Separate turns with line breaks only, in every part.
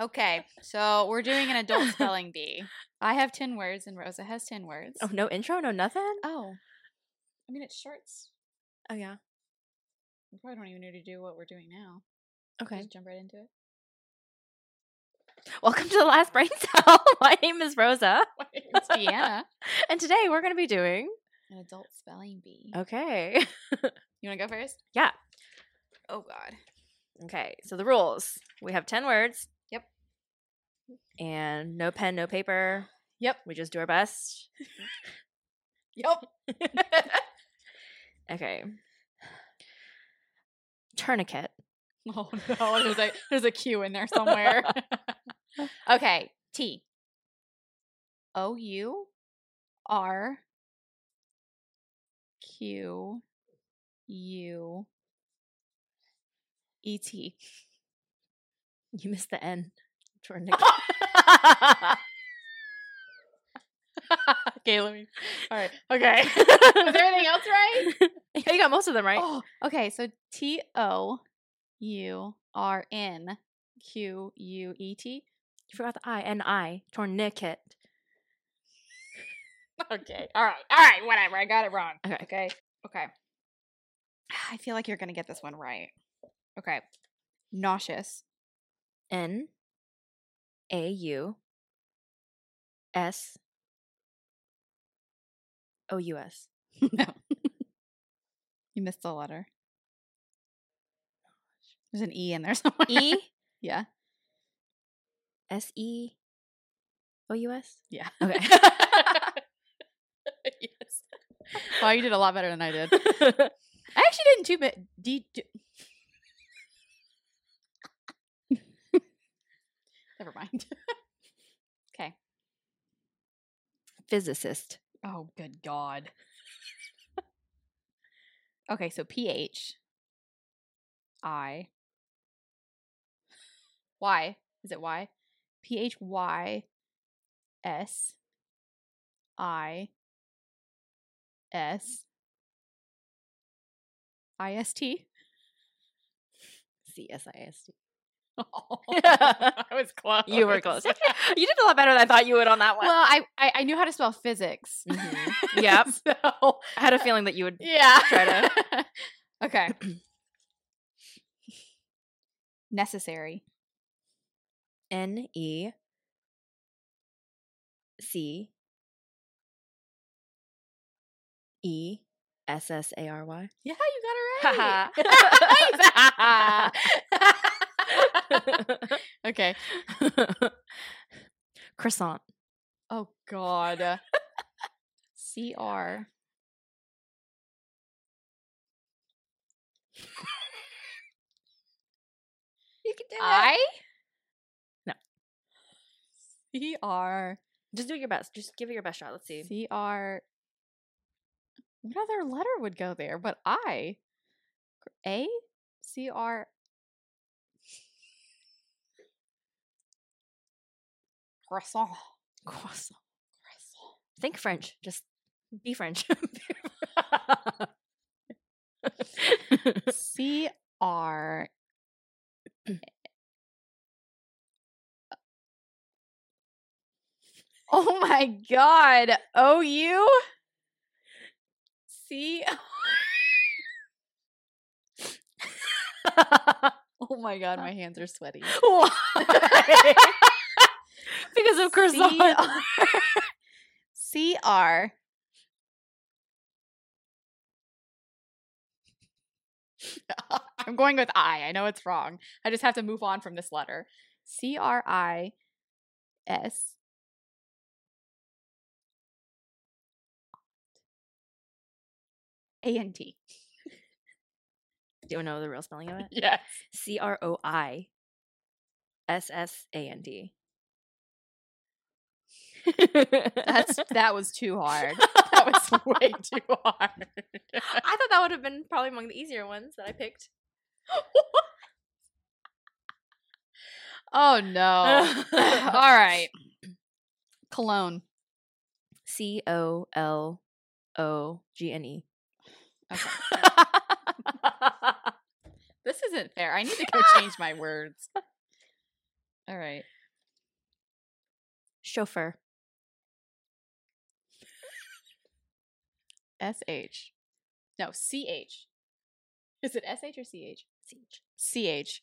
Okay, so we're doing an adult spelling bee. I have 10 words and Rosa has 10 words.
Oh, no intro, no nothing?
Oh. I mean, it's shorts.
Oh, yeah.
We probably don't even need to do what we're doing now.
Okay.
Just jump right into it.
Welcome to the last brain cell. My name is Rosa,
It's Deanna,
and today we're going to be doing.
an adult spelling bee.
Okay.
Oh. You want to go first?
Yeah.
Oh, God.
Okay. So the rules we have 10 words.
Yep.
And no pen, no paper.
Yep.
We just do our best.
Yep.
Okay. Tourniquet.
oh, no. There's a, there's a Q in there somewhere. okay, T. O U R Q U E T.
You missed the N. Tourniquet.
okay, let me. All right.
okay.
Was everything else right?
Yeah, you got most of them right.
Oh, okay. So T O U R N Q U E T.
You forgot the I. N I. Tourniquet.
Okay. All right. All right. Whatever. I got it wrong.
Okay.
Okay. Okay. I feel like you're going to get this one right. Okay. Nauseous.
N A U S O U S.
no. you missed the letter. There's an E in there somewhere.
E
Yeah.
S E O U S.
Yeah.
Okay.
yes. Wow, you did a lot better than I did. I actually didn't too bad. D- d- Never mind. okay.
Physicist.
Oh, good God. okay, so PH. I. Y. Is it Y? P H Y S I S I S T.
C S I S T.
I was close.
You were close. you did a lot better than I thought you would on that
well, I, I I knew how to spell physics.
Mhm. Yep.
so
I had a feeling that you would.
Yeah.
Try
to. okay. Necessary.
N E C E S S A R Y.
Yeah, you
Ha
right.
ha.
okay.
Croissant.
Oh God. C R.
You can do
I.
No.
C R.
Just do your best. Just give it your best shot. Let's see.
C R. What other letter would go there? But I. A. C R. Croissant.
Croissant.
Croissant.
Think French. Just be French.
C R Oh my god. O U C Oh my god, my hands are sweaty.
Why? because of
C R C R I'm going with I. I know it's wrong. I just have to move on from this letter. C R I S A N T.
Do you know the real spelling of it?
Yes.
C R O I S S A N D.
That's that was too hard. That was way too hard.
I thought that would have been probably among the easier ones that I picked.
Oh no. All right. Cologne.
C O L O G N E.
Okay. This isn't fair. I need to go change my words. All right.
Chauffeur.
S H. No, C H. Is it S H or C H?
Siege.
C H.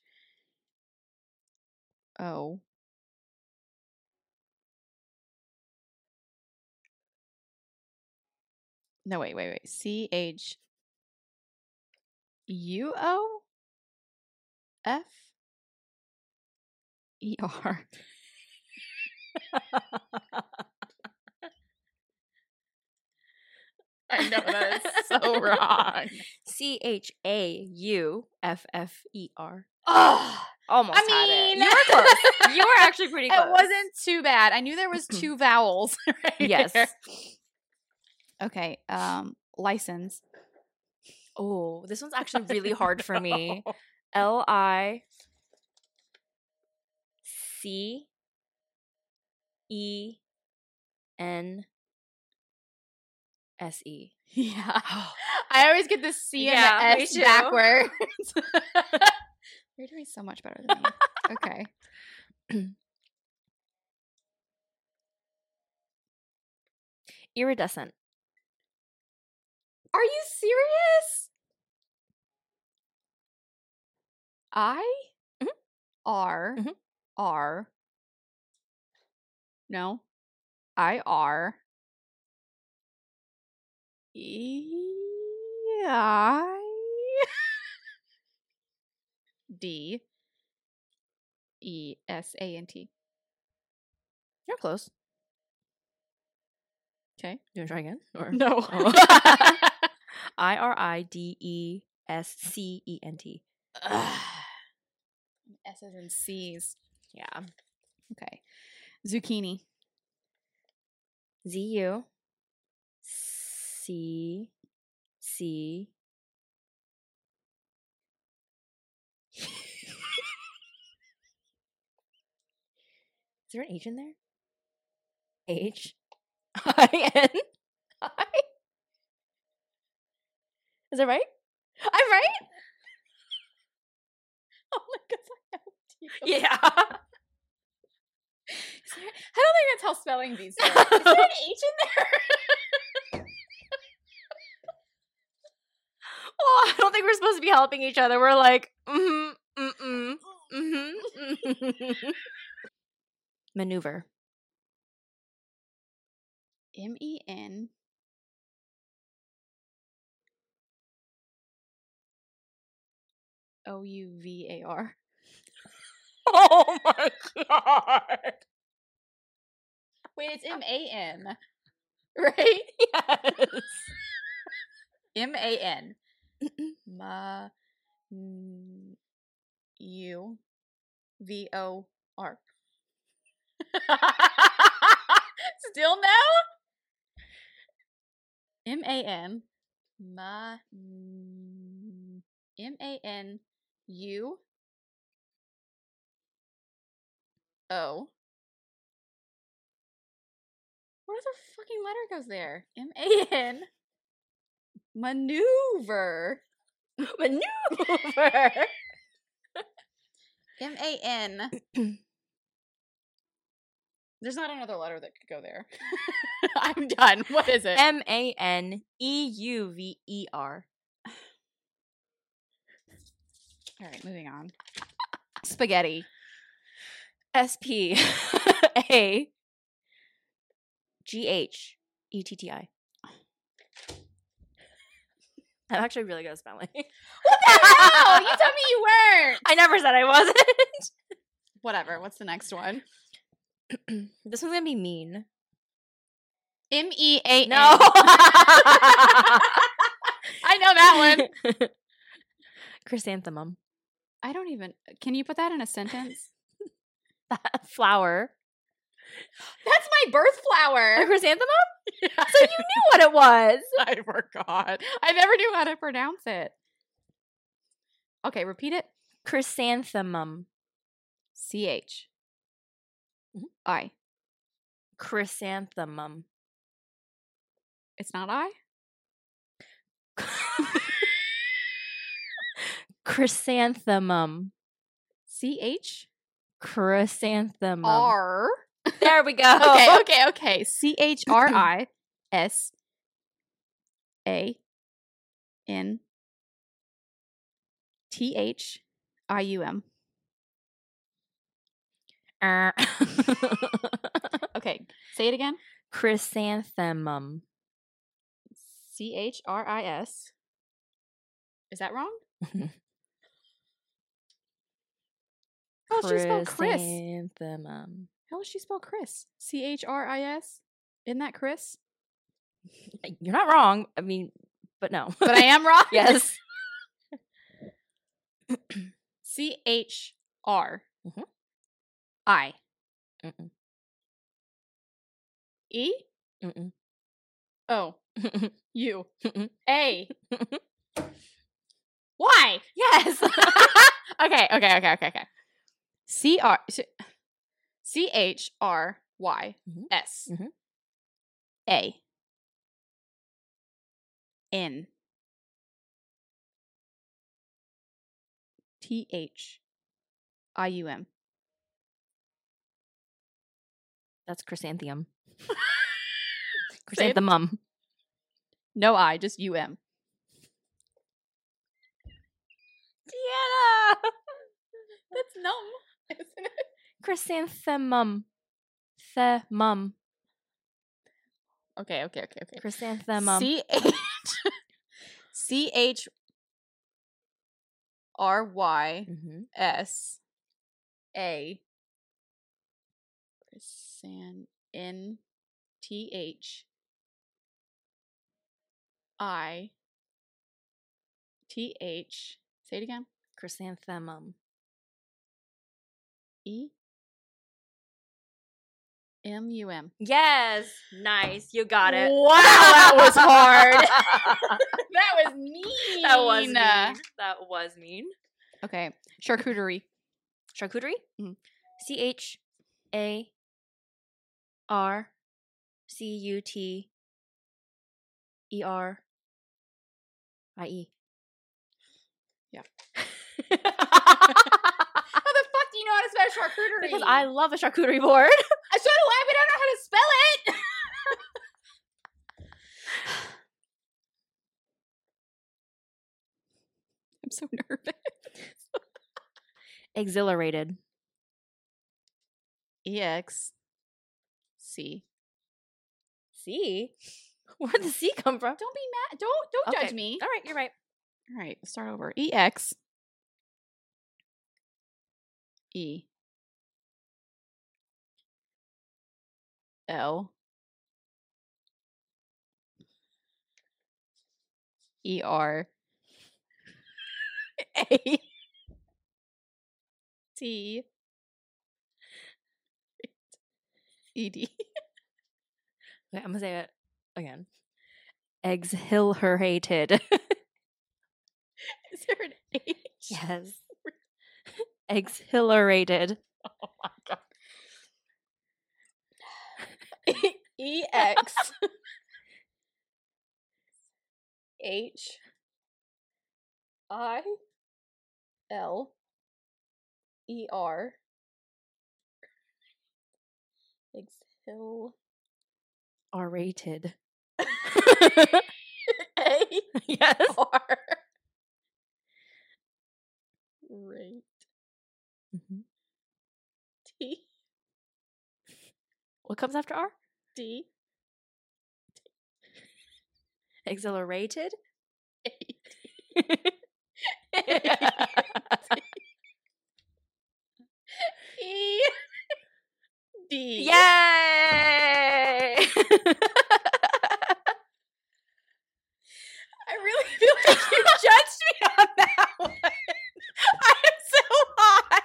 Oh. O. No, wait, wait, wait. C H. U O. F. E R. I know that is so wrong.
C H A U F F E R.
Oh,
Almost
I mean,
had it. You were close. You were actually pretty close.
It wasn't too bad. I knew there was two vowels. right
Yes.
there. Okay. Um, license.
Oh, this one's actually really hard for me.
Oh.
L I C E N S E.
Yeah. I always get the C and
Yeah,
the
me
S
too.
backwards. You're doing so much better than me. Okay.
Iridescent.
Are you serious? I Mm-hmm.
Mhm.
R
Mhm.
R No. I R E I D E S A N T.
You're close.
Okay.
You want to try again? Or
No.
I R I D E S C E N T.
S's and C's.
Yeah.
Okay. Zucchini.
Z U C C Is there an H in there? H I N I Is that right? I'm right?
Oh my god, I helped you.
Yeah.
Is there- I don't think that's how spelling bees work. Is there an H in there?
Oh, I don't think we're supposed to be helping each other. We're like, mm hmm, mm mm, mm hmm. Maneuver.
M E N. O U V A R.
Oh my god. Uh
Wait, it's M A N. Right?
Yes.
M A N. Ma. n- U. V O R. Still no? M A N. Ma. mm, n- M A N. U. O. What other fucking letter goes there? M A N. Maneuver.
Maneuver.
M A N. There's not another letter that could go there. I'm done. What is it?
M A N E U V E R.
All right, moving on. Spaghetti.
S P A G H E T T I. I'm actually really good at spelling.
What the hell? You told me you weren't.
I never said I wasn't.
Whatever. What's the next one?
this one's gonna be mean.
M E A N.
No.
I know that one.
one. Chrysanthemum.
I don't even. Can you put that in a sentence?
Flower.
That's my birth
A
flower.
chrysanthemum? So you knew what it was.
I forgot. I never knew how to pronounce it. Okay, repeat it.
Chrysanthemum.
C H Mm-hmm.
Mhm.
I.
Chrysanthemum.
It's not I.
Chrysanthemum.
C H
Chrysanthemum.
R.
There we go.
Okay, okay, okay. C H R I S A N T H I U M. Er. okay, say it again.
Chrysanthemum.
C H R I S. Is that wrong? How does she spell Oh, Chris?
Chrysanthemum.
How does she spell Chris? C H R I S. Isn't that Chris?
You're not wrong. I mean, but no.
But I am wrong.
yes.
C H R
Mhm.
I
Mm-mm.
E
Mm-mm.
O U
Mm-mm.
A. Why?
yes.
Okay, okay, okay, okay, okay. C R C H R Y
Mhm.
S
Mhm.
A N T H I U M.
That's chrysanthemum.
Say it.
chrysanthemum.
No I, just U M.
Deanna.
That's numb, isn't it?
Chrysanthemum. The mum.
Okay, okay, okay, okay.
Chrysanthemum.
C H C H R Y
Mhm.
S A Chrysan N T H I T H say it again
Chrysanthemum.
E M U M.
Yes. Nice. You got it.
Wow, that was hard.
hard.
that was mean.
that was mean. That was mean.
Okay, charcuterie.
Charcuterie?
Mhm.
C H A R C U T E R I E.
Yeah.
because
How the fuck do you know how to spell charcuterie?
I love a charcuterie board.
I so do I, but I don't know how to spell it. I'm so nervous.
Exhilarated.
E X C.
C? Where'd the C come from?
Don't be mad. Don't don't
Okay.
judge me.
All right, you're right.
All right, let's start over. E X E L E R A T E D.
Okay, I'm going to say it again. Exhilarated.
Is there an H?
yes. Exhilarated.
Oh my god. E X H I L E R Exhil
R rated. Mm-hmm.
A
yes.
R Rate
Mhm.
T
What comes after R?
D
Exhilarated.
A E D.
Yay!
I really feel like you judged me on that one. I am so hot.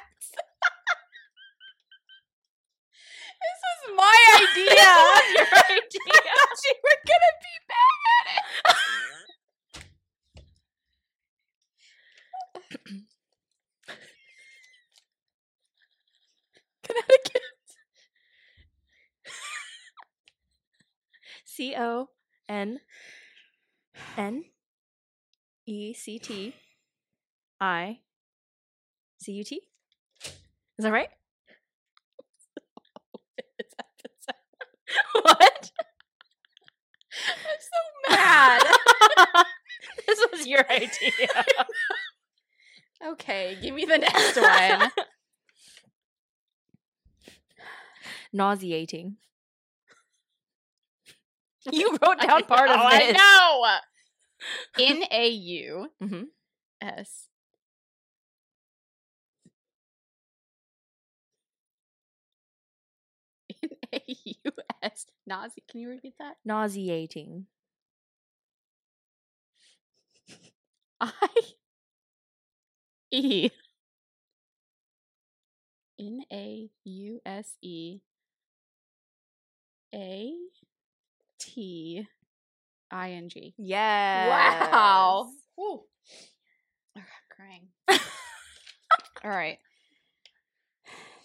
this is my idea.
This was your
idea. I thought you were gonna be bad at it. Connecticut.
C O N N E C T I C U T. Is that right? was your idea.
Okay, give me the next one.
Nauseating. You wrote down part of
Oh,
this.
I know. N A U
Mhm.
S. N A U S. Nazi. Can you repeat that?
Nauseating.
I E N A U S E A T I N G.
Yeah.
Wow. Whew. I got crying. All right.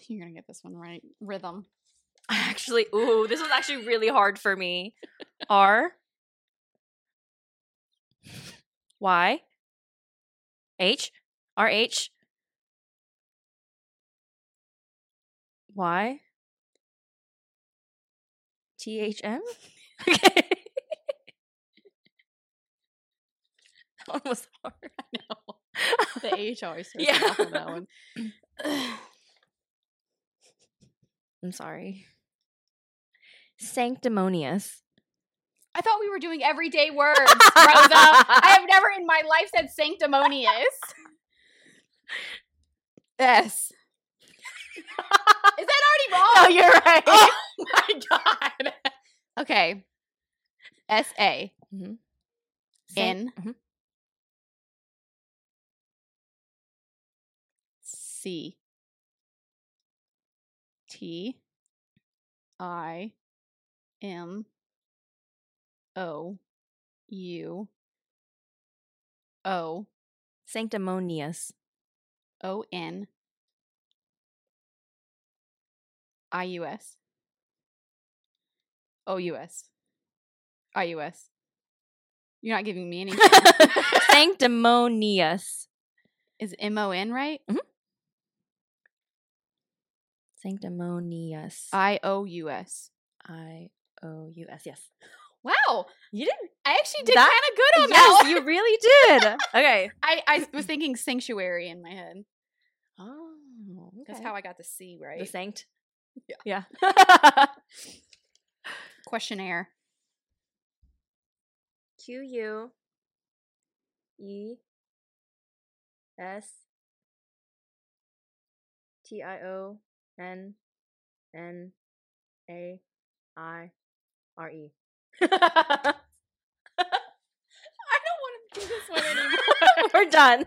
You're going to get this one right. Rhythm.
I actually, ooh, this was actually really hard for me. R Y H R H Y T H M. Okay. That one was hard.
No. The H always throws me
Yeah.
off on that one.
I'm sorry. Sanctimonious.
I thought we were doing everyday words, Rosa. I have never in my life said sanctimonious. S. Is that already wrong?
Oh, you're right.
Oh my god. Okay. S A
San-
N.
Mhm.
C T I M O U O
sanctimonious.
O N I U S O U S I U S. You're not giving me any
sanctimonious.
Is M O N right?
Sanctimonious.
I O U S.
I O U S. Yes.
Wow.
You didn't.
I actually did kind
That-
of good on that
yes,
one.
you really did. okay.
I, I was thinking sanctuary in my head.
Oh,
That's how I got the C, right?
the sanct.
Yeah.
Yeah.
Questionnaire.
Q U E S T I O N N A I R E.
I don't want to do this one anymore.
We're done.